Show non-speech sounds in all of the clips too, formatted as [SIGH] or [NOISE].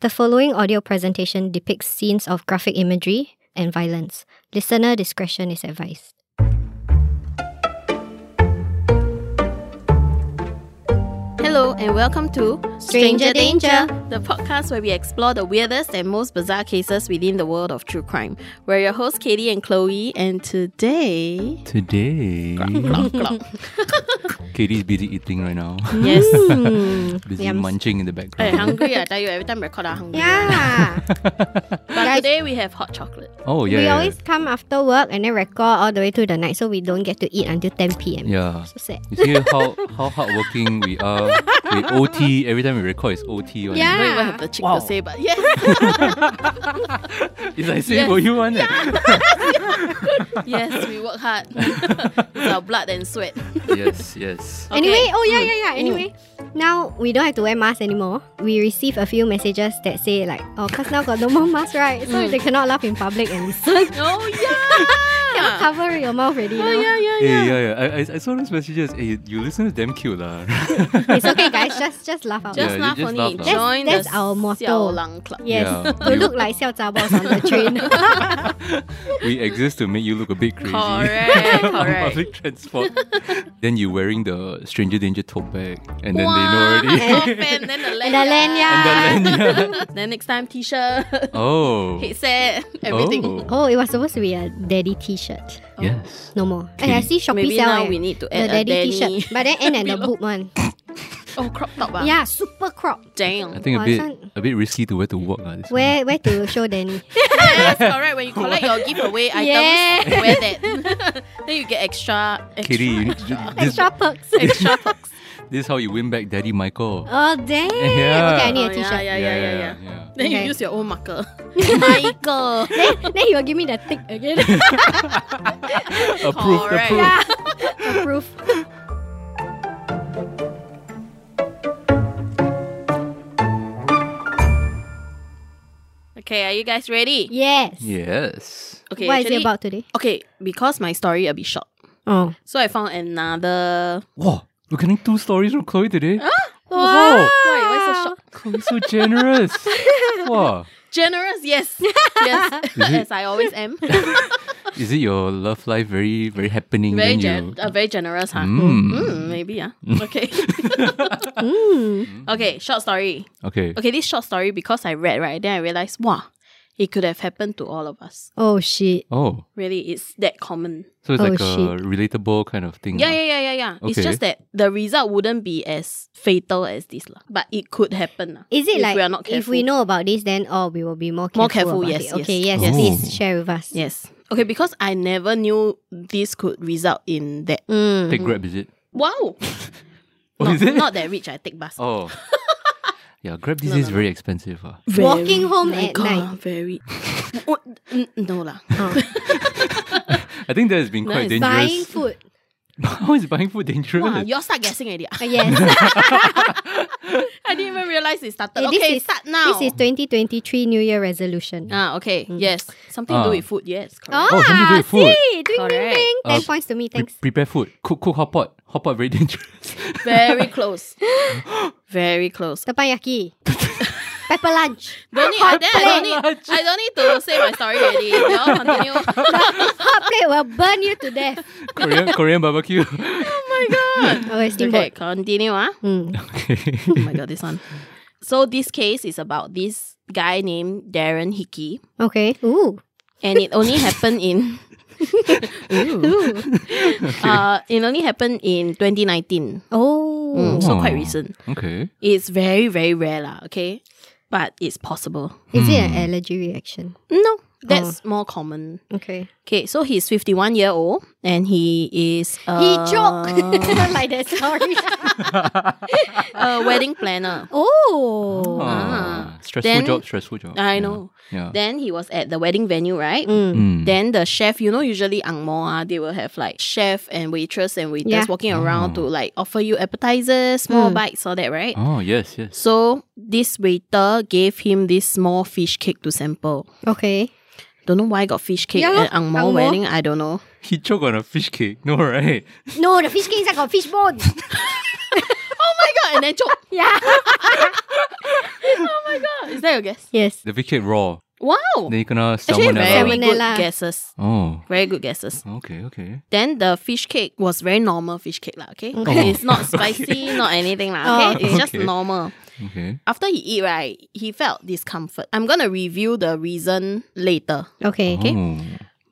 The following audio presentation depicts scenes of graphic imagery and violence. Listener discretion is advised. Hello and welcome to Stranger Danger. the podcast where we explore the weirdest and most bizarre cases within the world of true crime. We're your hosts, Katie and Chloe, and today. Today, Glug, glug. [LAUGHS] Katie's busy eating right now. yes. busy Yum. munching in [LAUGHS] the Hey, background. hungry, I tell you, every time record, I'm [LAUGHS] hungry. Yeah. But Guys- today we have hot chocolate. oh yeah, we yeah, always come after work and then record all the way through the night so we don't get to eat until 10 p.m. yeah. So sad. You see how how hardworking we are. We OT every time we record is OT. One. I Yeah. don't even have the cheek Wow. to say, but yes, [LAUGHS] it's like same for you one. eh? yes, we work hard. it's our blood and [LAUGHS] sweat. [LAUGHS] yes, yes. Okay. Anyway, oh yeah, yeah, yeah. Anyway, now we don't have to wear masks anymore. We receive a few messages that say like, oh, cause now got no more mask, right? So they cannot laugh in public [LAUGHS] and listen. Oh, yeah. Cannot cover your mouth already. Oh, now. yeah, yeah, Hey, yeah. yeah, yeah. I, I, I saw those messages. Hey, you listen to damn cute lah. [LAUGHS] It's okay, guys. Just just laugh out. Just Yeah, laugh you just only. laugh lah. Join That's- the that's our motto. Xiao Lang Club. Yes. Yeah, to you- look like Xiao Zha Boss on the [LAUGHS] train. we exist to make you look a bit crazy. Correct, [LAUGHS] on correct. public transport. then you wearing the Stranger Danger tote bag, and then Wah, they [LAUGHS] know already. top fan, then the and lanyard. the lanyard. and the lanyard. [LAUGHS] Then next time, t-shirt, [LAUGHS] Oh. headset, everything. Oh. Oh, it was supposed to be a daddy t-shirt. Oh. Yes. No more. And I see Shopee Maybe sell now eh, we need to the add a daddy, daddy. t-shirt. But then end at the [LAUGHS] Below. boob one. Oh, crop top ah. Yeah, super crop. I [LAUGHS] Damn. think a Wah, bit son. a bit risky to wear to work lah. this one. [LAUGHS] Where where to show [LAUGHS] Danny? yes, correct. When you collect your giveaway items, Yeah. wear that. [LAUGHS] then you get extra, extra, Katie, you need extra. this, Extra perks. [LAUGHS] extra perks. this is how you win back Daddy Michael. Oh damn. Yeah. Okay, I Oh, need a t-shirt. yeah, yeah, yeah, yeah, yeah. yeah. Then you Okay. use your own marker. [LAUGHS] Michael. Then, then he will give me the [LAUGHS] tick again. [LAUGHS] Approved, Correct. approved. yeah. Approve. [LAUGHS] Okay, are you guys ready? Yes. Yes. Okay, what is actually- it about today? Okay, because my story a bit short, Oh. so I found another. Wow, we're getting two stories from Chloe today. Wow. Why? Why Ah. so short? Chloe's so [LAUGHS] generous. wow. Generous, yes, [LAUGHS] yes, as I always am. Is it your love life very very happening? Very then gen- you... uh, very generous, huh? Mm. Mm, maybe, [LAUGHS] yeah. [LAUGHS] Okay. Mm. okay, short story. Okay. Okay, this short story, because I read, right, then I realized, wow, it could have happened to all of us. Oh shit. Oh. Really, it's that common. So it's Oh, like a shit. relatable kind of thing. Yeah, lah. yeah, yeah, yeah, yeah. It's Mm. Okay. just that the result wouldn't be as fatal as this, lah. but it could happen. lah, Is it if like we are not if careful. we know about this, then oh, we will be more careful. More careful, about yes, it. yes. Okay, yes, Yes. please Oh. share with us. Yes. Okay, because I never knew this could result in that. Mm. Take grab is it? Wow. Oh, not, is it? not that rich, I take bus. [LAUGHS] Oh. yeah, grab these No, is no, very expensive. ah. Very- Walking home my at God, night. [LAUGHS] Very. Oh, n- no lah. Oh. I think that has been No, quite it's dangerous. Buying food. [LAUGHS] How is buying food dangerous? Wow, you all start guessing already. ah. Uh, [LAUGHS] yes. I didn't even realize it started. Eh, this okay, is- start now. this is 2023 New Year resolution. ah okay. Yes, something to do Ah. with food. Yes, correct. Oh, something to do Ah, with food. see, ding, ding, Correct. ding. Ten Uh, points to me, Pre- thanks. prepare food. Cook cook hot pot. Hot pot very dangerous. [LAUGHS] [LAUGHS] Very close. Very close. [LAUGHS] Teppanyaki. Pepper lunch. Don't need, I, then I don't need. I don't need to say my story already. You all continue. Hot plate will burn you to death. Korean Korean barbecue. [LAUGHS] Oh, okay, steamboat. continue. Ah. Mm. okay. Oh my god, this one. So this case is about this guy named Darren Hickey, Okay. Ooh. and it only happened in. Ooh. [LAUGHS] Uh, it only happened in 2019. Oh. Mm, so Oh. quite recent. Okay. It's very, very rare, lah, okay? But it's possible. Is it an Mm. allergy reaction? No, that's more common. Okay. Okay, so he's 51 year old and he is a, He [LAUGHS] choked. Not like that, sorry. a wedding planner. oh. Ah. Ah, stressful Then- job, stressful job. I Yeah. know. Yeah. Then he was at the wedding venue, right? Mm. Ah. Mm. Then the chef, you know, usually ang mo, ah, they will have like chef and waitress and waiters Yeah. Mm. walking around to Ah. like offer you appetizers, small bites, all that, right? Oh yes, yes. [LAUGHS] So this waiter gave him this small fish cake to sample. Okay. Don't know why got fish cake Yeah lor, at ang ang mo moh. wedding. I don't know. He choked on a fish cake. No right. No, the fish cake inside got fish bone. oh my god, and then choke. [LAUGHS] [LAUGHS] Yeah. Is that your guess? yes. They pick it raw. Wow. Then you gonna Actually, very salmonella. Salmonella. good guesses. Oh, Very good guesses. okay, okay. Then the fish cake was very normal fish cake lah. Okay, Okay. it's not spicy, not anything lah. Okay, Oh. it's just Okay. normal. Okay. After he eat right, he felt discomfort. I'm gonna review the reason later. Okay. Oh.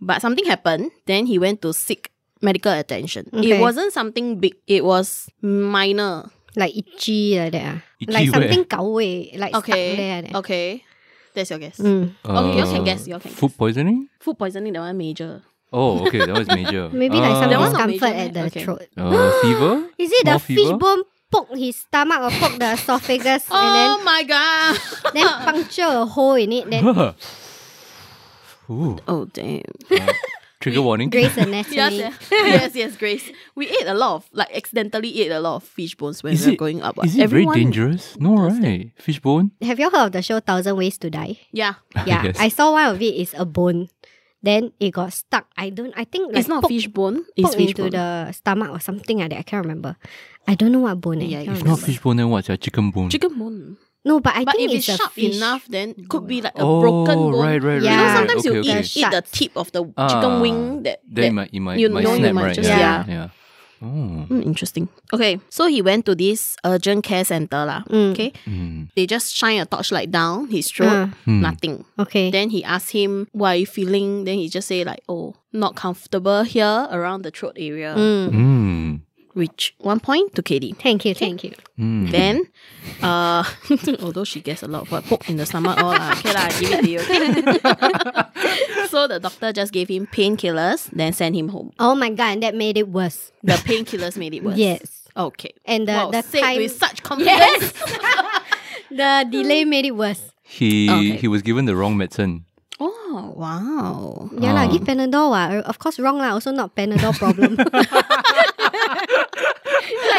But something happened. Then he went to seek medical attention. Okay. It wasn't something big. It was minor. Like itchy like that. ah. Itchy like where? something gao wei, like Okay. stuck there. like that. Okay. That's your guess. Mm. Okay, you can guess, you can Oh. Uh, Food poisoning? Food poisoning, that one major. Oh, okay, that was [LAUGHS] major. Maybe like Uh, some That one not discomfort major at meh? the Okay. throat. uh, [GASPS] fever? Is it the Small fish fever? bone poke his stomach or poke the esophagus Oh [LAUGHS] and my god. [LAUGHS] then then puncture a hole in it? [LAUGHS] Then Ooh, oh damn. uh, trigger warning. Grace anatomy. Yes, [LAUGHS] yeah. yes, yes, Grace. We ate a lot of like accidentally ate a lot of fish bones when we were going up. is it very Everyone- dangerous? No, right? Fishbone? Have you all heard of the show Thousand Ways to [LAUGHS] Die? Yeah. Yeah, Yes. I saw one of it is a bone. Then it got stuck. I don't. I think like it's not poke, fish bone. It's poke fish into bone. the stomach or something like that. I can't remember. I don't know what bone. eh, Yeah, I if can't If remember. not fishbone, then what's your chicken bone? Chicken bone. No, but I but think if it's, a it's, sharp fish. enough, then it could be like a oh, broken bone. right, right, right. You know, You know, right. sometimes okay, you okay. eat, eat the Sharks. tip of the Ah, chicken wing that, Then it that- might, it might, you might know you snap, might right? just- yeah. yeah. Oh. Mm, interesting. Okay, so he went to this urgent care center lah. Mm. Okay, Mm. they just shine a torchlight down his throat. Ah. Hmm. Nothing. Okay. Then he asked him, "What are you feeling?" Then he just say like, "Oh, not comfortable here around the throat area." mm. Mm. Which one point to [LAUGHS] Katie. Thank you. Thank you. Mm. Then, uh, [LAUGHS] although she gets a lot of what poke in the stomach, all lah. okay lah, I give it to you. okay? [LAUGHS] so the doctor just gave him painkillers, then sent him home. Oh my god, and that made it worse. [LAUGHS] The painkillers made it worse. Yes. Okay. And the wow, the said time with [LAUGHS] such confidence. the delay made it worse. He Okay. he was given the wrong medicine. [LAUGHS] Oh wow. Yeah Ah. lah, give Panadol wa. Of course wrong lah. Also not Panadol [LAUGHS] problem. like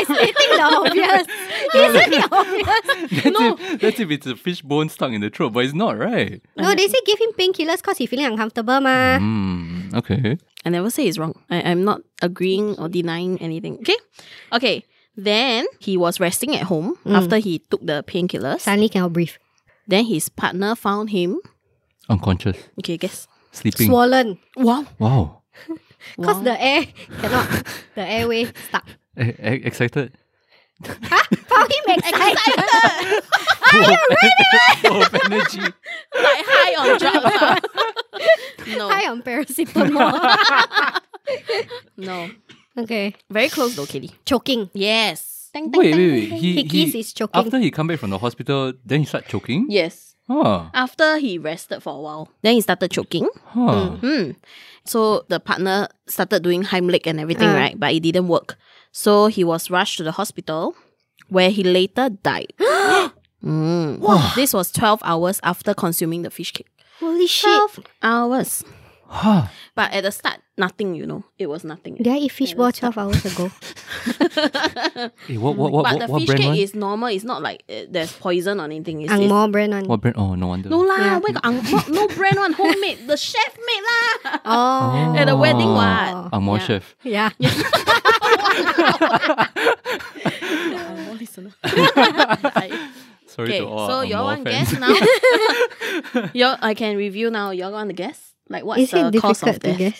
stating the obvious. Isn't it [LAUGHS] obvious? That's, if, that's if it's a fishbone stuck in the throat, but it's not, right? No, they say give him painkillers cause he feeling uncomfortable ma. Mm. Okay. I never say it's wrong. I, I'm not agreeing or denying anything. Okay? Okay. Then he was resting at home after he took the painkillers. Suddenly cannot breathe. Then his partner found him. Unconscious. Okay, guess. Sleeping. Swollen. Wow. wow. Cause the air cannot the airway stuck. E- e- excited. [LAUGHS] Found him excited. Full of energy. like high on [LAUGHS] drugs. ah. no. High on [LAUGHS] paracetamol. No. okay. Very close though, Kitty. Choking. Yes. Wait, wait, wait. He He, keeps his choking. After he come back from the hospital, then he start choking? Yes. Huh. After he rested for a while, then he started choking. Huh. Hmm. So the partner started doing Heimlich and everything, Ah. right? But it didn't work. So he was rushed to the hospital where he later [GASPS] died. Mm. This was 12 hours after consuming the fish cake. Holy shit. 12 hours. Huh. But at the start, nothing, you know. It was nothing. Did I eat fishball twelve hours ago? Eh, what, what, what, Mm, but what, the what fish brand cake one? is normal. It's not like uh, there's poison or anything. It's, Ang it's Mo brand one. What brand? Oh, no wonder. no lah, where got ang- no, no brand one, homemade. The chef made [LAUGHS] lah. Oh. At the wedding Oh. what? Ang Mo Yeah. chef. Yeah. [LAUGHS] Sorry Okay, to all so Ang your Mo one fans. guess now. your I can review now. Your one guess. Like what's Is the it cause of difficult to death? guess?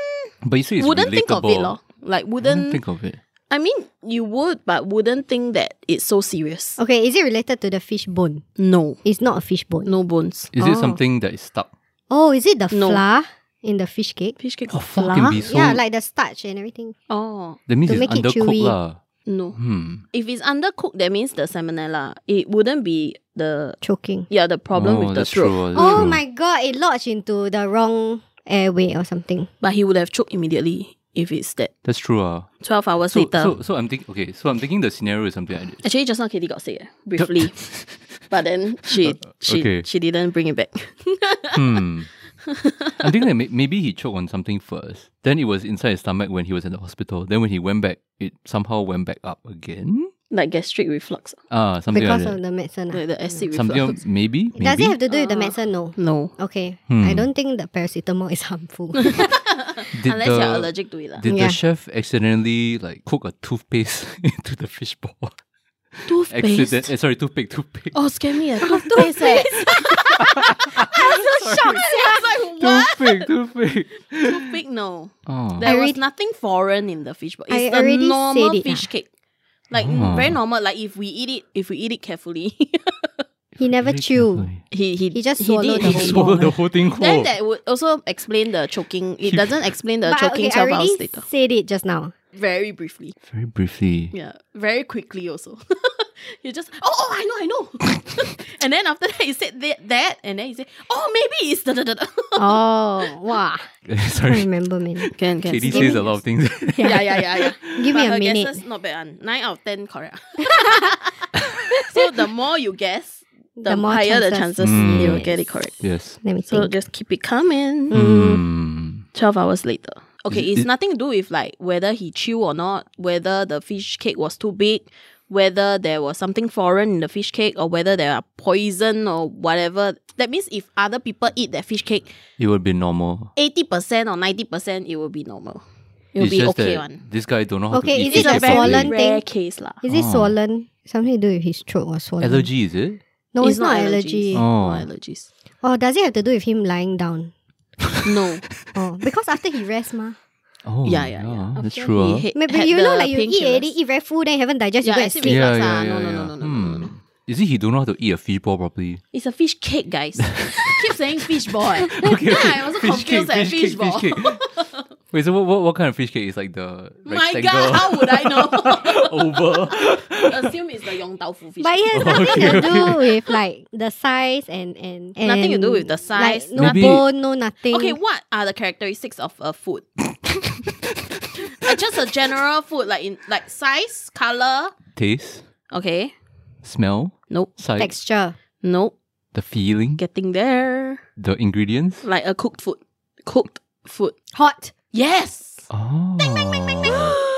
[LAUGHS] But you say it's wouldn't relatable. think of it, lor. Like Wouldn't wouldn't. think of it. I mean, you would, but wouldn't think that it's so serious. Okay, is it related to the fish bone? No, It's not a fish bone. no bones. Is Oh. it something that is stuck? Oh, is it the No. flour in the fish cake? Fish cake. Oh, got fuck, flour? can be so. yeah, like the starch and everything. Oh that means to it's make it undercooked chewy. lah. no. Hmm. If it's undercooked, that means the salmonella. It wouldn't be the Choking. yeah the problem oh, with the that's throat. True, that's Oh true. my god, it lodged into the wrong airway or something. But he would have choked immediately if it's that That's true. Ah. twelve hours So, later. so, so I'm thinking. Okay, so I'm thinking the scenario is something like this. Actually, just now Katie got sick eh, [LAUGHS] briefly, but then she she Uh, Okay. she didn't bring it back. [LAUGHS] Hmm. I'm thinking that may- maybe he choked on something first. Then it was inside his stomach when he was in the hospital. Then when he went back, it somehow went back up again. like gastric reflux, Ah, something Because like of the medicine. ah? like the acid that. Something reflux. of- maybe. maybe? Does it have to do with the Ah. medicine? No. No, Okay. Hmm. I don't think the paracetamol is [LAUGHS] [LAUGHS] harmful. Did unless the, you're allergic to it. lah. Did Yeah. [LAUGHS] the chef accidentally like cook a toothpaste into the fishbowl? Toothpaste. Accident. eh, sorry, toothpick, toothpick. Oh, scare me. A toothpaste. eh. [LAUGHS] so shocked. I was like, [LAUGHS] what? Toothpick, toothpick. Toothpick, no. Oh. There was already- nothing foreign in the fish bowl. I It's a already normal said it, fish ah. cake. Like Oh. very normal. Like if we eat it, if we eat it carefully, [LAUGHS] He never chew. he he He just swallowed did, the he He whole did. ball. swallowed the whole thing whole. Then that would also explain the choking. [LAUGHS] It doesn't explain the But okay, choking I twelve hours already later. said it just now. Very briefly. Very briefly. Yeah. Very quickly also. [LAUGHS] you just oh, oh I know I know. [LAUGHS] and then after that he said that, that and then he said oh maybe it's da da da da. Oh, wow. Can't [LAUGHS] sorry. remember, man. [LAUGHS] Can can. Katie says a lot of things. [LAUGHS] Yeah yeah yeah yeah. [LAUGHS] Give me But a her minute. Guesses not bad. one. Nine out of ten [LAUGHS] correct. so the more you guess, the, The more higher the chances. chances Mm. you'll get it correct. yes. Let me So think. just keep it coming. Mm. Twelve hours later. Okay, Is- it's is- nothing to do with like whether he chew or not, whether the fish cake was too big, whether there was something foreign in the fish cake, or whether there are poison or whatever. That means if other people eat that fish cake, It would be normal. eighty percent or ninety percent, it will be normal. It will it's be just okay that one. This guy don't know how Okay, to eat. is it the a properly. swollen rare thing? case lah. Is it Oh. swollen? Something to do with his throat or swollen? Allergy, is it? No, it's, not, allergy. allergies. Oh. Oh. Not allergies. does it have to do with him lying down? No. Oh, because after he rests, [LAUGHS] ma. Oh, yeah, yeah, yeah. That's After [LAUGHS] true. he ah. had- Maybe had you know, the like you eat painkillers. already, eat very full, then you haven't digested, Yeah, you go and acid sleep. reflux, ah. No, no, no, no, no, no, no. Hmm. Is it he don't know how to eat a fish ball properly? It's a fish cake, [LAUGHS] guys. Keep saying fish ball. eh. Okay, Yeah, okay. [LAUGHS] I also Fish confused cake, at fish fish cake, ball. fish cake. [LAUGHS] Wait, so what, what, what kind of fish cake is like the My rectangle God, how would I know? [LAUGHS] [LAUGHS] over? Assume it's the Yong Tau Fu fish. But cake. [LAUGHS] it has nothing to do with like the size and and, and [LAUGHS] Nothing to do with the like, size, no Maybe- bone, no nothing. okay, what are the characteristics of [LAUGHS] a food? Uh, just a general food, like in like size, color. Taste, Okay. smell, Nope. sight, texture. Nope. the feeling, Getting there. the ingredients. Like a cooked food. Cooked food. Hot. [GASPS] Yes. Oh.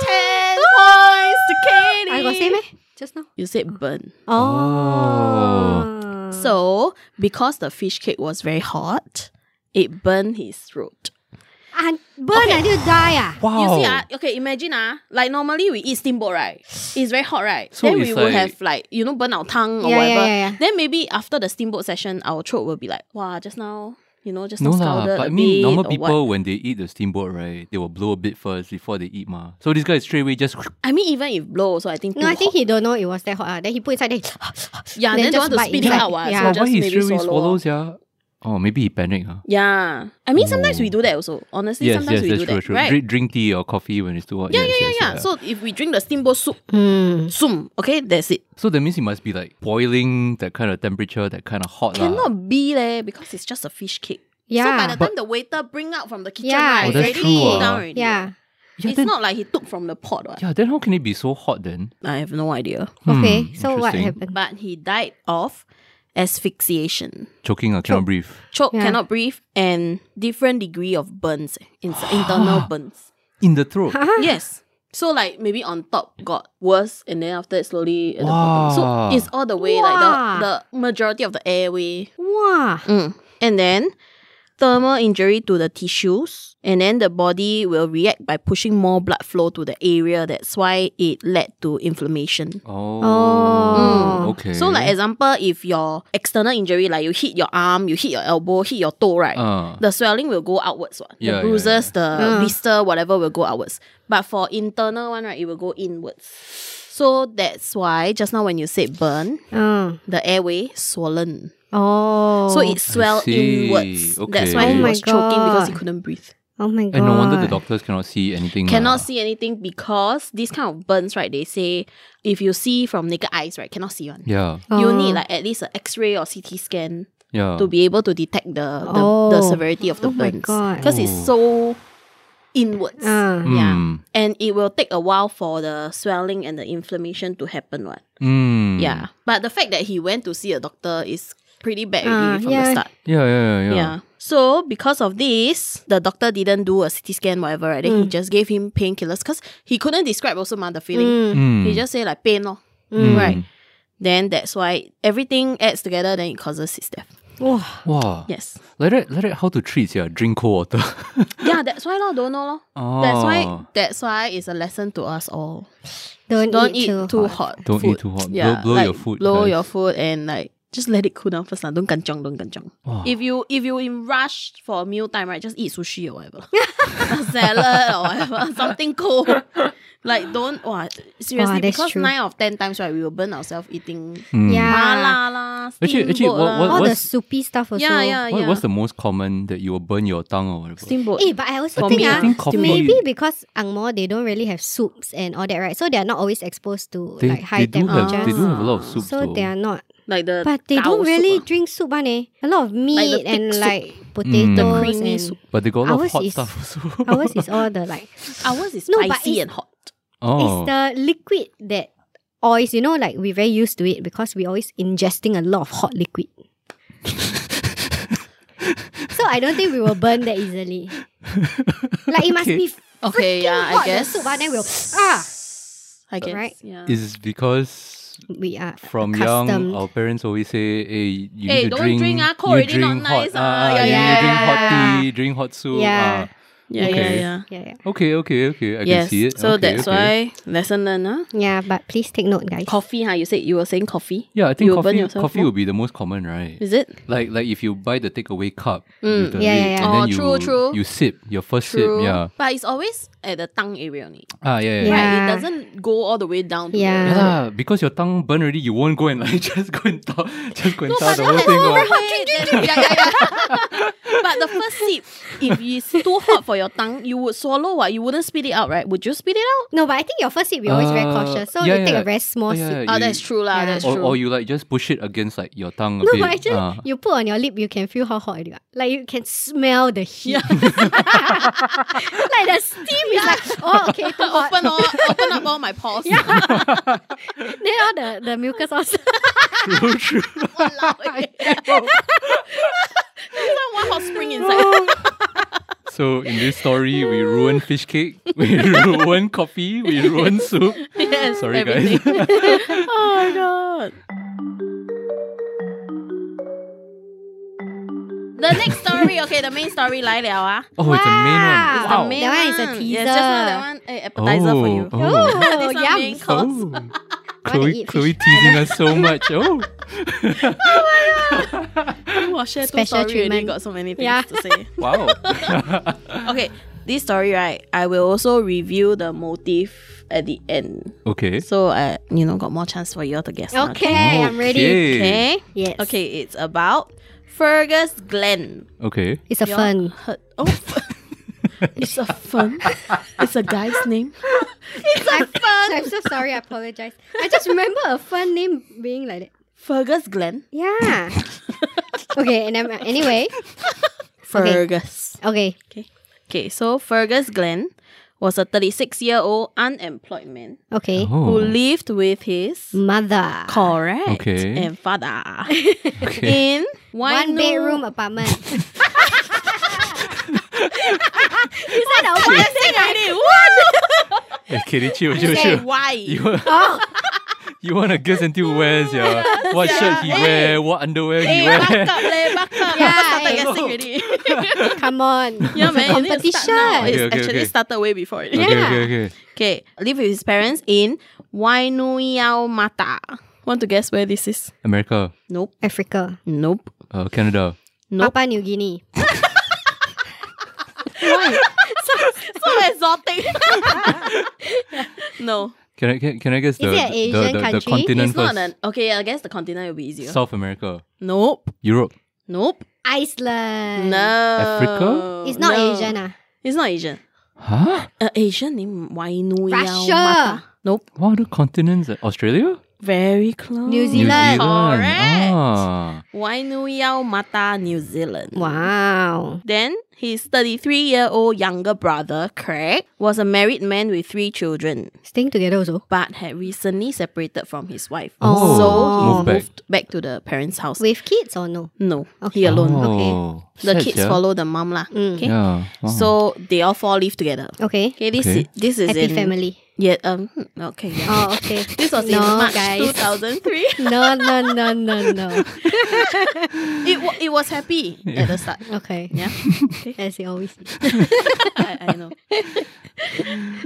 Ten points to Katie. I got eh? say meh? Just now. You said burn. Oh. So, because the fish cake was very hot, it burned his throat. and burn until die ah. Wow. You see, ah, okay, imagine, ah, like normally we eat steamboat, right? It's very hot, right? So then we it's will like- have like, you know, burn our tongue or Yeah, yeah, whatever. yeah, yeah. Then maybe after the steamboat session, our throat will be like, wow, just now, you know, just No now lah, scalded but a I mean, bit normal or people What. when they eat the steamboat, right? They will blow a bit first before they eat, ma. So this guy straight away just I mean, even if blow, so I think. No, too I think hot. he don't know it was that hot. ah. Then he put inside. Then he [LAUGHS] Yeah, then then, just don't want bite to spit it inside. out, ah, Yeah. so But oh, [LAUGHS] why just he maybe straight away swallow. swallows, yeah? Oh, maybe he panic, ah. Yeah. I mean, sometimes we Oh. do that also. Honestly, Yes, sometimes yes, we that's do true, that. true. Right? Drink, drink tea or coffee when it's too hot. yeah, yes, yeah, yes, yeah, yeah. So if we drink the steamboat soup, Hmm. zoom, okay, that's it. So that means it must be like boiling, that kind of temperature, that kind of hot. lah. Cannot be leh, because it's just a fish cake. So by Yeah. the time the waiter bring out from the kitchen, Yeah, right, Oh, that's it's true, already cooled ah. down already. yeah. Yeah, it's then, not like he took from the pot. Right? Yeah, then how can it be so hot then? I have no idea. Okay. Hmm, so what interesting. happened? But he died of asphyxiation. Choking, I cannot breathe. Choke, Yeah. cannot breathe, and different degree of burns, in- [SIGHS] internal burns. In the throat. Yes. So like maybe on top got worse and then after that slowly at the bottom. Wow. So it's all the way Wow. like the, the majority of the airway. Wow. Mm. And then thermal injury to the tissues and then the body will react by pushing more blood flow to the area. That's why it led to inflammation. Oh. Oh. Okay. So like example, if your external injury, like you hit your arm, you hit your elbow, hit your toe, right? Uh, the swelling will go outwards. What? Yeah, yeah, the bruises, the Yeah. blister, whatever will go outwards. But for internal one, right, it will go inwards. So that's why just now when you said burn, Uh, the airway swollen. oh. So it swelled see. inwards. That's Okay. why Oh he my was choking because he God. couldn't breathe. Oh my god. and no wonder the doctors cannot see anything. Cannot lah. see anything because these kind of burns, right? They say if you see from naked eyes, right, cannot see one. Yeah. You Oh. need like at least an X-ray or CT scan Yeah. to be able to detect the the, the Oh. severity of the Oh my burns God. because it's so inwards. Uh, Yeah. Mm. And it will take a while for the swelling and the inflammation to happen, right? Mm. Yeah. But the fact that he went to see a doctor is pretty bad Ah, already from the yeah. start. Yeah. Yeah. Yeah. Yeah. Yeah. So because of this, the doctor didn't do a CT scan, whatever, right? Then Hmm. he just gave him painkillers because he couldn't describe also mah the feeling. mm, Mm. He just say like pain lor. Mm. Hmm. Right. Then that's why everything adds together, then it causes his death. Wow. Wow. Yes. Like that, like that, how to treat here? Drink cold water. [LAUGHS] Yeah, that's why lor, don't know lor. oh. That's why that's why it's a lesson to us all. Don't, Don't eat too, hot. hot. Don't food. eat too hot. Blow- Yeah, blow like, your food, Blow guys. your food and like just let it cool down first. lah. Don't kanchong, don't kanchong. Wow. If you if you in rush for meal time, right, just eat sushi or whatever. [LAUGHS] a salad or whatever. [LAUGHS] Something cold. Like don't wow, seriously, Wow, that's because true. nine of ten times right, we will burn ourselves eating Mm. Yeah. mala lah, Actually- actually, steamboat what- what- lah. All the What's- soupy stuff also. yeah, yeah, What, yeah. What's the most common that you will burn your tongue or whatever? steamboat? Eh, but I also For think, me, I ah, think coffee- maybe because Ang Moh, they don't really have soups and all that, right? So they are not always exposed to They, like high they do have temperatures. they do have a lot of Ah. soups. so though. they are not. like the But they don't tau soup really ah. drink soup, one, eh? A lot of meat the thick and soup. like Mm. potatoes. The creamy and soup. but they got a lot of Ours hot is- stuff also. Ours is all the like, ah. Ours is No, but spicy it's- and hot. oh. it's the liquid that oils, you know, like we're very used to it because we always ingesting a lot of hot [LAUGHS] liquid. so I don't think we will burn that easily. Like it must Okay. be Okay, freaking yeah, hot, I the guess. soup, ah, then we'll- ah. I guess. Right? Yeah. is because we are from accustomed. young our parents always say, "Hey, you Hey, need to don't drink. drink, ah, cold you already drink not hot. nice, ah, you yeah, need to drink yeah, hot yeah. tea. Drink hot soup. Yeah. yeah, yeah, Okay. yeah. yeah, ah." Okay, okay, okay. I yes. can see it. So okay, that's okay. why lesson learned, huh? yeah, yeah. But please take note, guys. Coffee, huh? You said you were saying coffee. Yeah, I think You burn coffee. yourself Coffee more? will be the most common, right? Is it? Like, like if you buy the takeaway cup with the Yeah, lid, yeah, yeah. and Oh, then you true, true. you sip your first True. sip. Yeah. But it's always at the tongue area only. Ah, yeah, yeah. Yeah. Right? It doesn't go all the way down to Yeah. [LAUGHS] the Yeah, because your tongue burn already, you won't go and like [LAUGHS] just go and talk, just go and No, tell but the now whole there's thing. no like, way. There's- yeah, yeah, yeah. [LAUGHS] but the first sip, if it's too hot for your tongue, you would swallow what? You wouldn't spit it out, right? Would you spit it out? No, but I think your first sip, you're always very Uh, cautious. So yeah, you take yeah. a very small Oh, yeah, sip. Oh, yeah. You- that's true lah. Yeah. That's or, true. or you like just push it against like your tongue a No, bit. but actually, ah. you put on your lip, you can feel how hot it is. Like you can smell the heat. [LAUGHS] like the steam is like, oh, okay, too hot. [LAUGHS] open all, open up all my pores. Then all the, the mucus also. true, true. Walao eh. There's not one hot spring inside. So in this story, we ruin fish cake, [LAUGHS] we ruin coffee, we ruin soup. Yes, [LAUGHS] Sorry, everything. guys. [LAUGHS] oh my god. The next story, okay, the main story 来了啊。 Oh, it's a main one. Wow. The Wow. main That one is a Yes, just now that teaser. one, eh, Oh, appetizer for you. Oh, [LAUGHS] Oh, This one yum. being called- oh. I wanna Chloe, eat Chloe fish. teasing us so much. Oh, Wow, share two Special story already treatment. got so many things Yeah. to say. wow. [LAUGHS] Okay, this story right, I will also review the motive at the end. Okay. So I, you know, got more chance for you all to guess. now, Okay, I'm ready. Okay. Okay. Yes. Okay, it's about Fergus Glenn. Okay. It's a Y'all fun. heard- Oh, [LAUGHS] it's a fun. It's a guy's name. [LAUGHS] It's a fun. I'm so sorry. I apologize. I just remember a fun name being like that. Fergus Glenn. Yeah. [LAUGHS] okay, and I'm, anyway. Fergus. Okay. Okay, so Fergus Glenn was a 36 year old unemployed man Okay. who Oh. lived with his Mother. correct Okay. and father Okay. in [LAUGHS] One Wainu- bedroom [LAUGHS] apartment. you [LAUGHS] said a one thing I did. [LAUGHS] Hey, Kitty, chill, chill, Okay. Say chill. why? You Oh, [LAUGHS] You wanna guess until where's yeah? What shirt he wear? What underwear he Hey, wear? back up, leh, back up. Yeah, Started eh. guessing already. come on. [LAUGHS] Yeah, It's a man. you need to start competition. now. It's Okay, okay, actually okay. started way before. it. [LAUGHS] Okay, Yeah. okay, okay. [LAUGHS] Okay, live with his parents in Wainuiao Mata. Want to guess where this is? America, Nope. Africa. Nope. uh, Canada. Nope. Papua New Guinea. [LAUGHS] so exotic. [LAUGHS] no. Can I can, can I guess the it an the, Asian the, the, country? continent It's not first? an. Okay, I guess the continent will be easier. South America, nope. Europe. Nope. Iceland. No. Africa? It's not No. Asian. Ah. It's not Asian. Huh? Uh, Asian name Wainuiao Russia. Mata. Nope. What other continents? Australia, Very close. New New Zealand. Zealand. Correct. Ah. Wainuiao Mata, New Zealand. Wow. Then His 33 year old younger brother, Craig, was a married man with three children, Staying together also. but had recently separated from his wife. Oh. So Moved he back. moved back to the parents' house. With kids or no? No, Okay. Mm. he alone. Oh, The sad kids sia. follow the mom lah. Okay. Yeah. wow. So they all four live together. Okay. Okay, this Okay. is this is Happy in family. Yeah, um, hmm, okay. Yeah. Oh, okay. [LAUGHS] This was no, in March guys. [LAUGHS] [LAUGHS] 2003. No, no, no, no, no. it, wa- it was happy at the [LAUGHS] start. Okay. Yeah. As it always is. I, I know.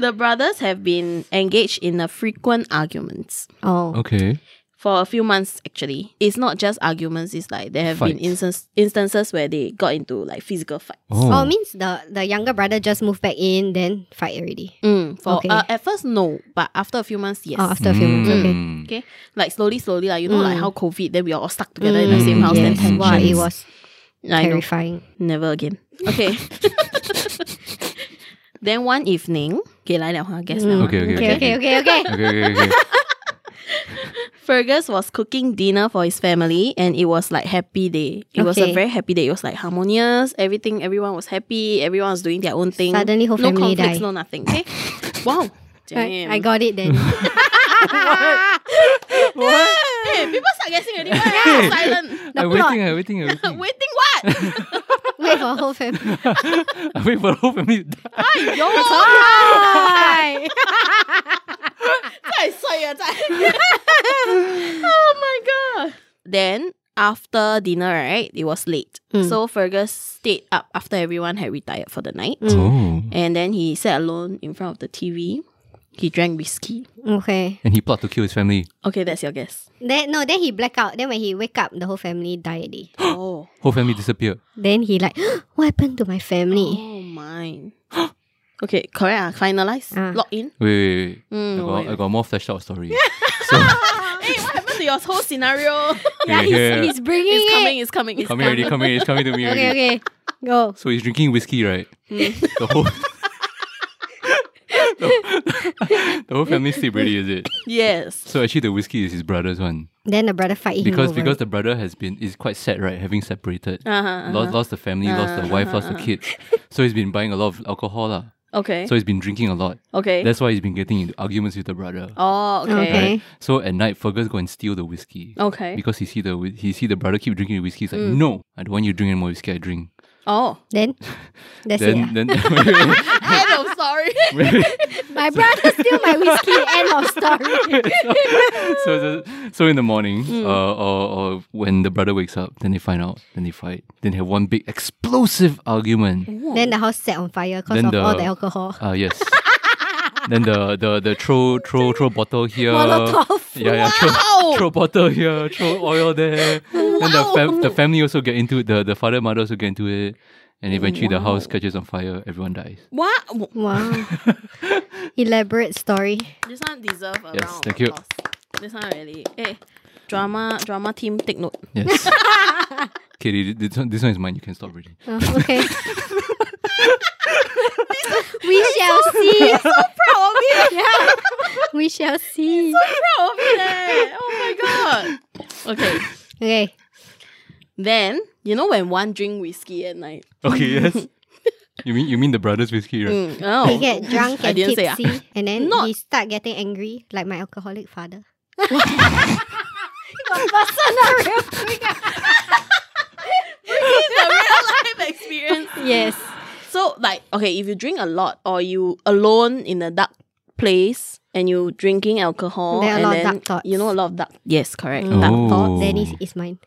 the brothers have been engaged in a frequent arguments Oh. okay. for a few months actually. It's not just arguments, it's like there have been Fights. instance, instances where they got into like physical fights. Oh, Oh, means the, the younger brother just moved back in, then fight already. Mm, for Okay. uh, at first no, but after a few months yes. Oh, after a few months. Okay. Mm. okay, like slowly, slowly, like you know, like how COVID, then we are all stuck together in the Mm, same house. Yes. Then Mm. Wow, it tensions. was I know. terrifying. Never again. [LAUGHS] Okay. [LAUGHS] then one evening, okay, 来了哈, guess Mm. now. Okay, okay, Okay, okay, okay, okay. Okay, okay, okay. Fergus was cooking dinner for his family and it was like happy day. It was a Okay. very happy day. It was like harmonious. Everything, everyone was happy. Everyone was doing their own thing. Suddenly whole no family conflicts, die. no nothing. Okay. [LAUGHS] wow. Right, Damn. [LAUGHS] I got it [LAUGHS] then. Hey, people start guessing already. Why are you silent? [LAUGHS] plot. I'm waiting, I'm waiting, I'm waiting. [LAUGHS] Waiting [LAUGHS] what? Wait for whole family. I wait for the whole family to die. Yo. Hi. 太帅了，再 [LAUGHS] Oh my god! Then after dinner, right? It was late, Mm. so Fergus stayed up after everyone had retired for the night, Mm, Oh. and then he sat alone in front of the TV. He drank whiskey. [LAUGHS] okay. And he plot to kill his family. Okay, that's your guess. Then no, then he black out. Then when he wake up, the whole family died. already. [GASPS] oh, Whole family disappeared. Then he like, [GASPS] what happened to my family? oh my. [GASPS] Okay, correct. Ah, finalize. Ah. Log in. Wait, wait, wait. Mm, I, got, wait. I got more fleshed out story. so, [LAUGHS] Hey, what happened to your whole [LAUGHS] scenario? yeah, yeah. bringing it's coming. It's coming. It's coming already, coming already, it's coming to me already. Okay, okay. Go. So he's drinking whiskey, right? Hmm. the whole the, the whole [LAUGHS] family sleep already, is it? Yes. So actually the whiskey is his brother's one. Then the brother fight him Because over because it. the brother has been is quite sad, right? Having separated. Uh-huh, Lost lost the family, lost the wife, lost the kids. So he's been buying a lot of alcohol. lah. Okay. So he's been drinking a lot. okay. That's why he's been getting into arguments with the brother. oh, okay. Okay. So at night, Fergus go and steal the whiskey. Okay. Mm. Because he see the whi- he see the brother keep drinking the whiskey. He's like, no, I don't want you drinking more whiskey. I drink. [LAUGHS] Oh. [LAUGHS] Then that's it. then ah. then [LAUGHS] I am sorry. My brother steal my whiskey. End of story. so, so so in the morning, uh, or, or when the brother wakes up, then they find out, then they fight, then they have one big explosive argument. [LAUGHS] Then the house set on fire because Then of the- all the [LAUGHS] alcohol. Ah yes. then the the the throw throw throw bottle here. Molotov. [LAUGHS] Yeah, yeah. Throw, Wow. throw bottle here, throw oil there. Then the, fam- the family also get into it. The, the father mother also get into it. And eventually the house catches on fire. Everyone dies. [LAUGHS] What? [LAUGHS] Wow. Elaborate story. This one deserve a Yes, round thank of you. applause. This one really. Hey, drama drama team, take note. Yes. Katie, this one, this one is mine. You can stop reading. Oh, [LAUGHS] [LAUGHS] okay. we shall see. Proud of you. [LAUGHS] Yeah. We shall see. Proud of you. eh. Oh my god. Okay. Okay. Then you know when one drink whiskey at night. Okay, yes. you mean you mean the brothers whiskey, right? Mm, oh. He get drunk [LAUGHS] I and didn't tipsy, say ah. [LAUGHS] and then Not- he start getting angry like my alcoholic father. It was personal [LAUGHS] [LAUGHS] real quick. It's a real life experience. Yes. So like okay, if you drink a lot or you alone in a dark place and you drinking alcohol There are a and lot of then dark thoughts. you know a lot of dark yes correct dark Oh. thoughts Then it's, it's mine.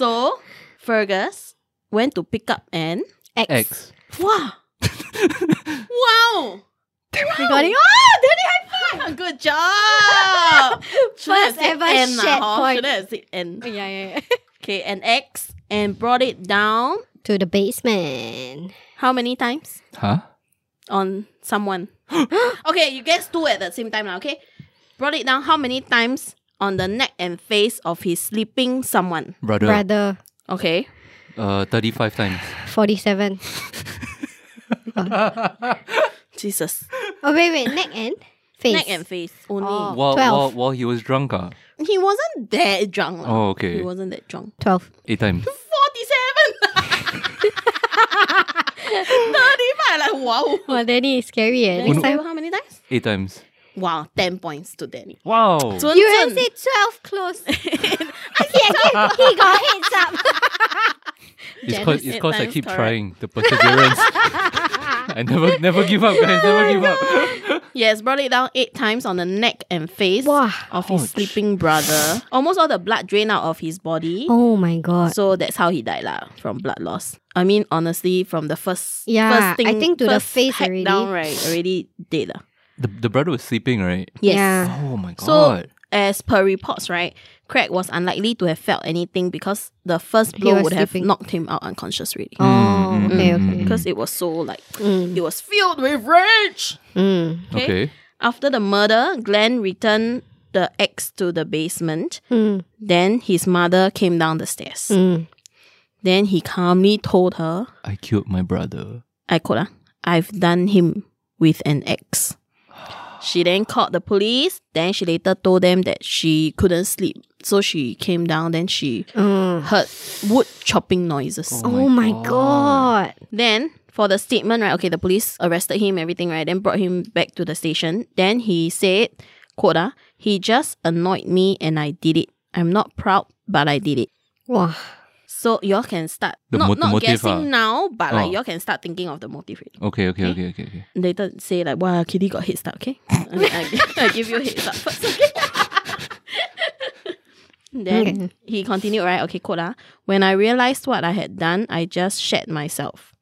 So Fergus went to pick up and X. [LAUGHS] X. wow, [LAUGHS] wow, We [LAUGHS] got it. Oh, Ah, good [LAUGHS] job. First ever shared point. ah, Should have said Oh, N. yeah, yeah, [LAUGHS] yeah. Okay, an X and brought it down. To the basement. How many times Huh? on someone? [GASPS] okay, you guess two at the same time now. Okay, brought it down. How many times on the neck and face of his sleeping someone? Brother. Brother, Okay, Uh, 35 times. 47. Jesus, Oh, wait, wait. Neck and face. [GASPS] neck and face only. Oh. While, while, Twelve. while he was drunk. ah. He wasn't that drunk. lah. Oh, He [LAUGHS] okay. wasn't that drunk. 12. 8 times. 47 35, like, wow. Well, Danny is scary. Eh. Danny Next say time. how many times? Eight times. Wow, 10 points to Danny. Wow. Zun You had Zun. said 12 [LAUGHS] close. I he, he got heads up. it's jealous cause, it's eight cause I times, keep correct. trying the perseverance. [LAUGHS] I never never give up, guys. Never [LAUGHS] give up. Yes, brought it down eight times on the neck and face Wah. of his Ouch. sleeping brother. Almost all the blood drained out of his body. Oh my god. So that's how he died lah, from blood loss. I mean, honestly, from the first Yeah, first thing, I think to the first face hack already. down right already dead lah. The, the brother was sleeping, right? Yes. Yeah. Oh my So god. as per reports, right, Craig was unlikely to have felt anything because the first He blow was would have sleeping. knocked him out unconscious really. Oh, okay, okay. Because it was so like Mm, it was filled with rage. mm, okay. okay. After the murder, Glenn returned the axe to the basement. mm, Then his mother came down the stairs. mm. Then he calmly told her, I killed my brother. I quote, ah, I've done him with an axe. She then called the police. Then she later told them that she couldn't sleep. So she came down, then she mm. heard wood chopping noises. Oh my god. Then for the statement, right? Okay, the police arrested him, everything, right? Then brought him back to the station. Then he said, quote, ah, he just annoyed me and I did it. I'm not proud, but I did it. Wow. So y'all can start The not, mot- not motive, guessing ah. now, but like Oh. y'all can start thinking of the motive already. Okay, okay, okay, okay, okay. Later say like, wow, Kitty got hit start, okay? I, I- [LAUGHS] I give you a hit start first, okay? [LAUGHS] then Okay. he continued, right? Okay, quote ah, When I realized what I had done, I just shed myself.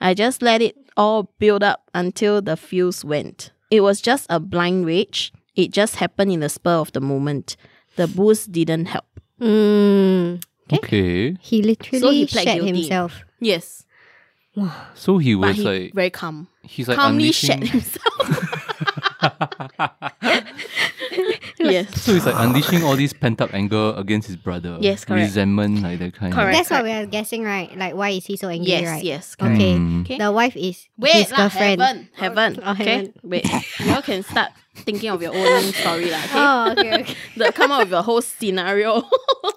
I just let it all build up until the fuse went. It was just a blind rage. It just happened in the spur of the moment. The boost didn't help. Mm. Okay. He literally So he pled shed guilty. himself. Yes. So he But was he like very calm. he's like calmly shed unleashing himself. [LAUGHS] yes. [LAUGHS] So [LAUGHS] he's like unleashing all this pent up anger against his brother. Yes, correct. Resentment, like that kind Correct. That's what we are guessing, right? Like, why is he so angry, Yes, right? yes. of correct. Okay. Mm. Okay. The wife is Wait, his lah, girlfriend. heaven, heaven. Oh, okay, heaven. wait. Y'all can start thinking of your [LAUGHS] own story, lah. Okay, Oh, okay, okay. The- come up with your whole [LAUGHS] scenario.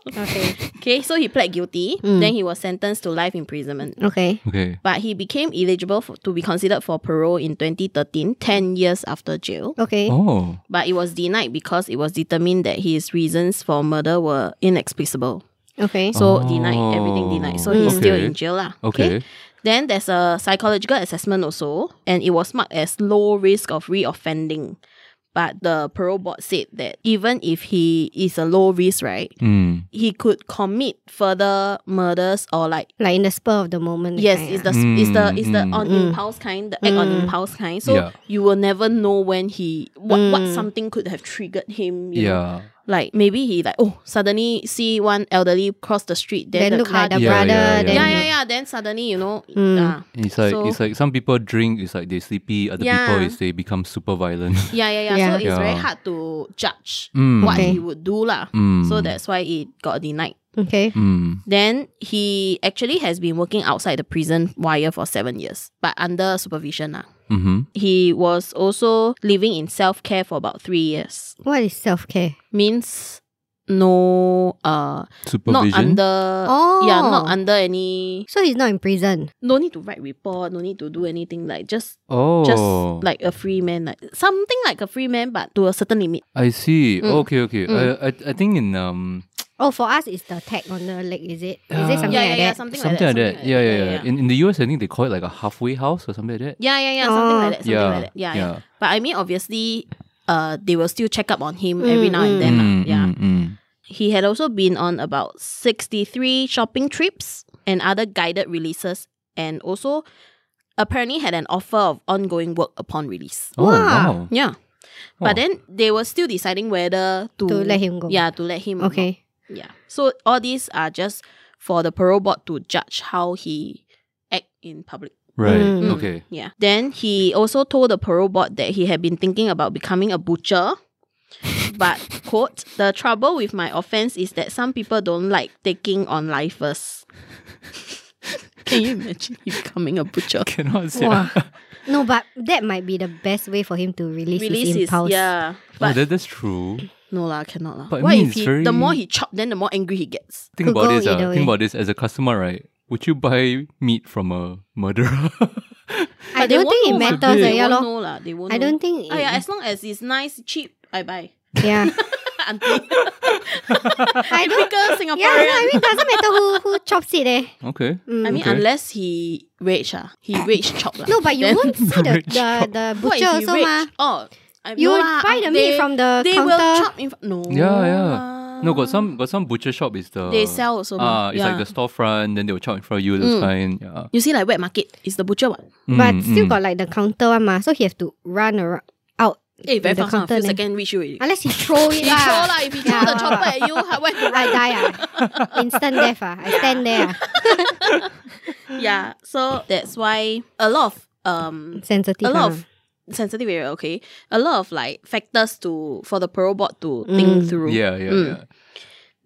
okay. okay, so he pled guilty. Then he was sentenced to life imprisonment. Okay. Okay. But he became eligible for, to be considered for parole in 2013, 10 years after jail. Okay. Oh. But it was denied because it was determined that his reasons for murder were inexplicable. Okay. So denied, everything denied. So he's Oh, still okay. in jail. lah. Okay. Then there's a psychological assessment also, and it was marked as low risk of reoffending. But the parole board said that even if he is a low risk, right, Mm. he could commit further murders or like Like in the spur of the moment. that yes, kind, it's ah. the it's the it's the Mm, on mm. impulse kind, the act on Mm. impulse kind. So Yeah. you will never know when he what what Mm. something could have triggered him. You Know? Yeah. Like maybe he like oh suddenly see one elderly cross the street, then, Then the look car. like the Yeah, brother. yeah, Then yeah, look- yeah, yeah. Then suddenly you know Mm. ah, It's like So- it's like some people drink, it's like they sleepy, other Yeah. people is they become super [LAUGHS] violent. [LAUGHS] Yeah, yeah, yeah. So Yeah. it's very Yeah. hard to judge Mm. what Okay. he would do lah. Mm. So that's why it got denied. Okay. Mm. Then he actually has been working outside the prison wire for seven years, but under supervision lah. Mm-hmm. He was also living in self care for about three years. What is self care? Means no, uh, not Supervision. under. oh. Uh, Yeah, not under any. So he's not in prison. No need to write report. No need to do anything like just, oh. just like a free man, like something like a free man, but to a certain limit. I see. Mm. Okay, okay. I, I I think in um Oh, for us, it's the tag on the leg, is it? Is it Um, Uh, something yeah, yeah, like yeah, that? something, something like that. Yeah, yeah, yeah. In in the US I think they call it like a halfway house or something like that. Yeah, yeah, yeah, something like that. Something yeah. like that. Yeah, yeah, But I mean, obviously, uh, they will still check up on him every Mm, now and mm. then. lah. Mm, yeah. mm, mm. He had also been on about 63 shopping trips and other guided releases, and also apparently had an offer of ongoing work upon release. Oh Wow. wow. Yeah. But Wow. then they were still deciding whether to, To let him go. Yeah, to let him. or not. Okay. Yeah. So all these are just for the parole board to judge how he act in public. Right. Mm. Okay. [LAUGHS] Yeah. Then he also told the parole board that he had been thinking about becoming a [LAUGHS] butcher. But quote, the trouble with my offense is that some people don't like taking on [LAUGHS] lifers. Can you imagine you becoming a [LAUGHS] butcher? Cannot say. [LAUGHS] Wah. No, but that might be the best way for him to release, Release his is impulse. yeah. Oh, But that, that's true. no lah, cannot lah. But I What mean, if it's he very- the more he chop, then the more angry he gets. Think Could about go this. Uh, either think way. about this as a customer, right? would you buy meat from a murderer? [LAUGHS] I don't think it matters. They eh, They yeah, won't lor. know lah. They won't I know. don't think. It, Ah, yeah, as long as it's nice, cheap, I [LAUGHS] buy. yeah. [LAUGHS] Auntie. I don't. Yeah, no, Typical Singaporean. I mean, doesn't matter who who chops it. Eh. okay. Mm. I mean, Okay. unless he rage, ah, he rage chop lah. no, but you [LAUGHS] Then- won't see the Rich the, the What butcher if he also rage? mah. Oh, I You no will lah, buy the they- meat from the They counter. will chop in. fr- No. Yeah, yeah. lah. No, got some got some butcher shop is the They sell also. Ah, mah. it's yeah. like the storefront. Then they will chop in front of you. That's Mm. kind. Yeah. You see, like wet market is the butcher one. but Mm, still mm. got like the counter one mah, so he have to run around out. Eh, very the fast. ah, counter Few then. second reach you already. Unless he throw it [LAUGHS] He throw lah. lah. If he throw the Yeah. chopper at you, how [LAUGHS] where to I run? die [LAUGHS] ah. Instant death ah. I stand there ah. Yeah. So that's why a lot of um Sensitive. a lot ah. of sensitive area. Okay, a lot of like factors to for the parole board to think Mm. through. Yeah, yeah, Mm. yeah.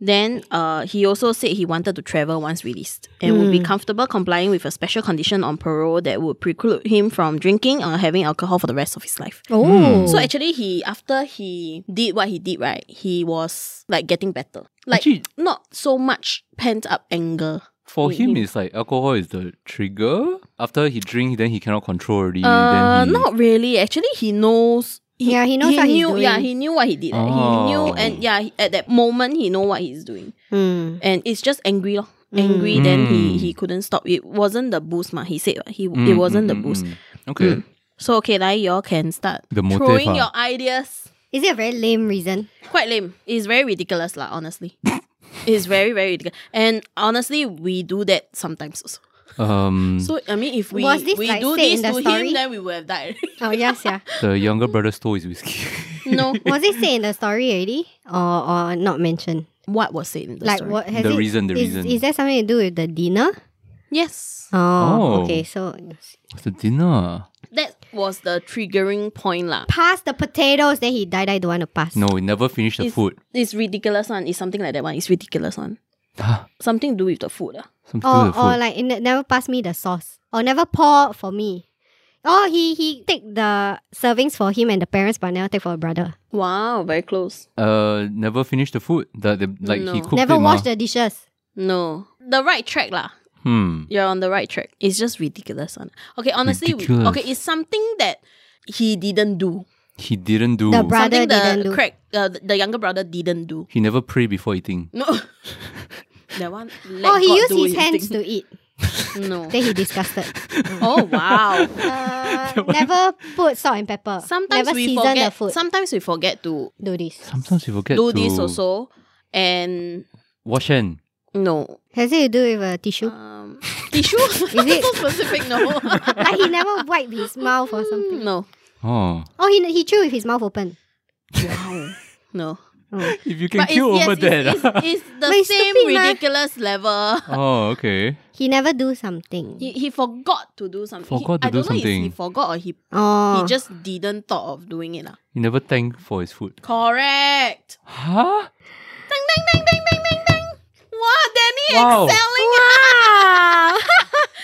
Then uh, he also said he wanted to travel once released and would be Hmm. comfortable complying with a special condition on parole that would preclude him from drinking or having alcohol for the rest of his life. Mm. Oh. So actually, he after he did what he did, right? He was like getting better, like Actually- not so much pent up anger. For Mm, him, mm. it's like alcohol is the trigger. After he drink, then he cannot control already. Uh, then he, not really. Actually, he knows. Yeah, he knows what he's knew, Yeah, doing. he knew what he did. Oh. He knew, and yeah, he- at that moment, he know what he's doing, Mm. and it's just angry, lor. Angry, Mm. then Mm. he he couldn't stop. It wasn't the boost, ma. He said he it Mm, wasn't mm, the mm, boost. mm. Okay. So okay, like y'all can start The motive, throwing ah. your ideas. Is it a very lame reason? quite lame. It's very ridiculous, lah. Honestly, [LAUGHS] it's very very ridiculous. And honestly, we do that sometimes also. Um, So I mean, if we Was this we like do said this in to the story? him, then we would have died. [LAUGHS] Oh yes, yeah. the younger brother stole his whiskey. [LAUGHS] no, [LAUGHS] Was it said in the story already, or or not mentioned? what was said in the like story? what has The it- reason, the is, reason. Is there something to do with the dinner? Yes, Oh, Oh. okay. So What's the dinner? that was the triggering point, lah. pass the potatoes, then he died. I don't want to pass. No, he never finished the It's- food. It's ridiculous one. It's something like that one. It's ridiculous one. Huh? Something to do with the food, ah. lah. Something to Or do oh, with the or food. like it ne- never pass me the sauce, or never pour for me. Or he he take the servings for him and the parents, but never take for the brother. Wow, very close. uh, never finished the food. The, the, like he No. cooked never it. wash mah. the dishes. No, the right track, lah. Hmm. you're on the right track. It's just ridiculous. One. Okay, honestly, we, Ridiculous. okay, it's something that he didn't do. He didn't do. The bra- Brother something the didn't do. Crack, uh, the- the younger brother didn't do. he never pray before eating. [LAUGHS] No. that one. Let Oh, he God used do his hands thing. to eat. [LAUGHS] No. Then he disgusted. [LAUGHS] Oh [LAUGHS] wow. Uh, never put salt and pepper. Sometimes never we season forget. the food. Sometimes we forget to do this. Sometimes you forget do to this also, and wash hand. no Has it to do with a tissue? um, [LAUGHS] tissue. Is it- so [LAUGHS] specific? No. like he never wipe his mouth or something. [LAUGHS] no. Oh, Oh, he he chew with his mouth open. Wow. No. Oh. if you But it's, yes, it's, [LAUGHS] it's, it's the But it's same stupid, mah. ridiculous level. oh, okay. He never do something. He, he forgot to do something. Forgot he, to I do don't know if he something. forgot or he oh, he just didn't thought of doing it. lah. He never thanked for his food. Correct. Huh? Ding ding ding ding ding ding ding. Wow, Danny Wow. excelling. [LAUGHS] Wow.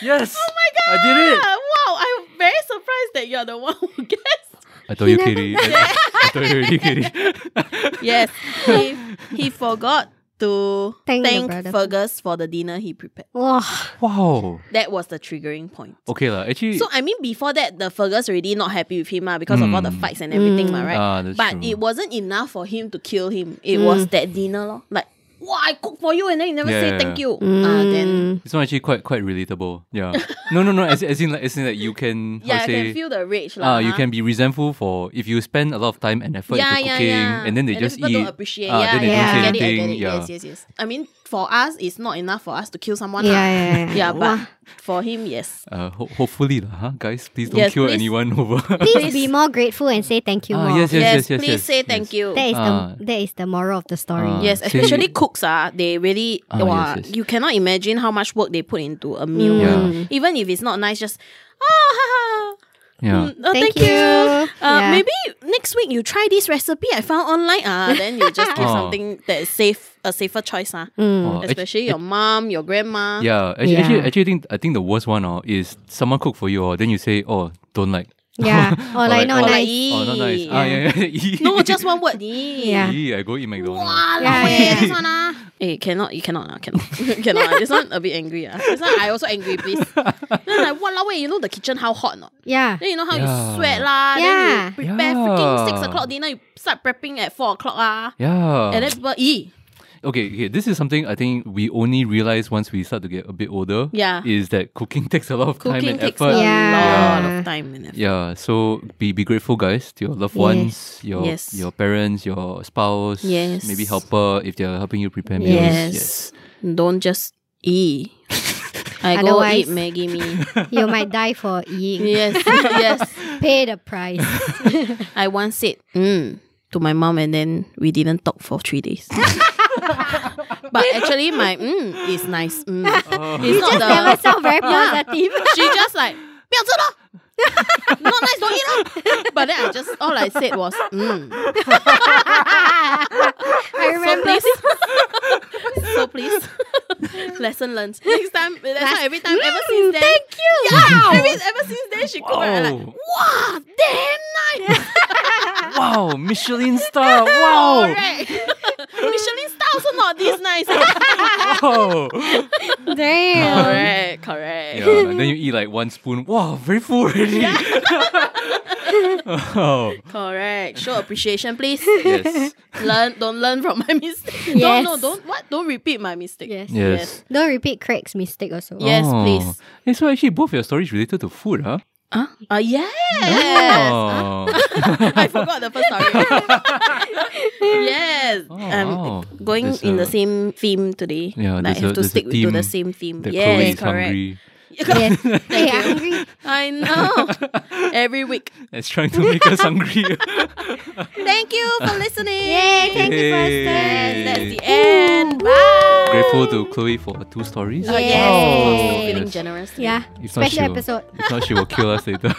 Yes. Oh my god! I did it. Ah, wow, I'm very surprised that you're the one who [LAUGHS] guessed. I told you, Katie. I, I [LAUGHS] told you already, Katie. Yes. He, he forgot to Thank thank, the brother. Fergus for the dinner he prepared. wow. wow. That was the triggering point. Okay lah. Actually, So I mean before that the Fergus already not happy with him ah, because of all the Mm. fights and everything mah, right? Ah, that's but true. Hmm. it wasn't enough for him to kill him. It was that dinner lor. Like, wow, I cook for you and then you never say Yeah. Hmm. thank you. Ah, then this one actually quite quite relatable. Yeah. No, no, no. As, as in like as in like you can. yeah, how I to say, can feel the rage lah. Ah, you huh? can be resentful for if you spend a lot of time and effort Uh-huh. yeah, into yeah, cooking, yeah. and then they just people eat. don't appreciate. Ah, yeah, then they yeah, don't say I get it, I get anything, it. yeah. Yes, yes, yes. I mean, for us, it's not enough for us to kill someone. Yeah, lah. yeah, yeah. yeah, Wah. but for him, yes. Uh, ho- hopefully lah, huh? guys. Please don't Yes, kill please. anyone [LAUGHS] over. [LAUGHS] Please be more grateful and say thank you Mm. Ah, more. yes, yes, yes, yes, please yes, say yes. thank you. That is Ah. the that is the moral of the story. Ah. Yes, say- especially cooks ah, they really Ah, yes, wah, yes. you cannot imagine how much work they put into a meal. Yeah. Even if it's not nice, just ah, yeah. oh, Thank thank, you. you. Uh, Yeah. Maybe next week you try this recipe I found online. Ah, then you just give [LAUGHS] Oh. something that is safe, a safer choice. Ah, Mm. Oh, actu- especially your mom, your grandma. Yeah, actually, Yeah. actually, actually, I think I think the worst one oh, is someone cook for you, oh, then you say, oh, don't like. [LAUGHS] [LAUGHS] Yeah. Or like Or not like- nice. Oh, not nice. Ah, yeah, [LAUGHS] yeah. No, just one word. Yeah. [LAUGHS] Eee, I go eat McDonald's. Wow, Yeah, yeah, yeah, yeah. eh, this one ah. [LAUGHS] Eh, cannot, you cannot, ah, cannot, [LAUGHS] cannot. ah. This one a bit angry. Ah, this one I also angry, please. then like, what way? You know the kitchen how hot not? Yeah. [LAUGHS] Then you know how Yeah. you sweat lah. Yeah. Then you prepare Yeah. freaking six o'clock dinner. You start prepping at four o'clock ah. Yeah. And then E, people eat. okay, okay, this is something I think we only realize once we start to get a bit older. Yeah. Is that cooking [LAUGHS] takes a lot of time Cooking and takes a effort. Yeah. lot of time and effort. Yeah, so be be grateful, guys, to your loved ones, your Yes. your parents, your spouse, Yes. maybe helper if they're helping you prepare meals. Yes. Don't just eat. I go Otherwise- eat Maggie me. You might die for eating. yes, yes. Pay the [LAUGHS] price. I once said mm, to my mom, and then we didn't talk for three [LAUGHS] days. but actually, my mm is nice. [LAUGHS] Mm. It's not Never the. sound [LAUGHS] very positive. [LAUGHS] She just like 不要吃了。Not [LAUGHS] nice, don't eat lah. [LAUGHS] But then I just all I said was mm. I So remember. please, [LAUGHS] so please, lesson learned. Next time, that's why every time ever since then. Mm, Thank you. Yeah, every, ever since then she cooked and I like Wow. wow, damn [LAUGHS] nice. Wow, Michelin [LAUGHS] star. Wow. Correct. Michelin star also not this nice. eh? [LAUGHS] wow. Damn. correct, correct. Yeah, and then you eat like one spoon. Wow, very full [LAUGHS] already. oh, Correct. Show appreciation, please. [LAUGHS] yes. learn don't learn from my mistake. Yes. No, no, don't what? Don't repeat my mistake. Yes. Yes. Don't repeat Craig's mistake also. [LAUGHS] Yes, Oh. please. Eh, so actually, both your stories related to food, huh? Huh? Uh, yes. [LAUGHS] Oh. I forgot the first [LAUGHS] story. yes. Oh, wow. I'm going There's in a- the same theme today. Yeah, Like, there's I a- have to there's a stick to the theme same theme. That Chloe Yes, is correct. hungry. [LAUGHS] Yes. hey, I'm hungry. [LAUGHS] I know. Every week. It's trying to make us hungry. [LAUGHS] Thank you for listening. Yay, thank you for Yay. staying. And that's the end. Bye. Grateful to Chloe for two stories. Oh, yes. Yay. Wow. Feeling Yes. generous. today. Yeah. If Oh. not, Special she will- episode. If not, she will kill us later.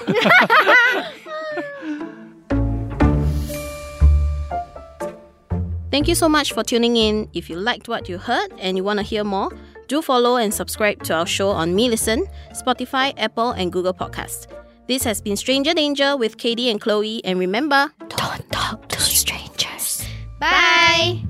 Thank you so much for tuning in. If you liked what you heard and you want to hear more, do follow and subscribe to our show on Me Listen, Spotify, Apple, and Google Podcasts. This has been Stranger Danger with Katie and Chloe, and remember, don't talk to strangers. Bye.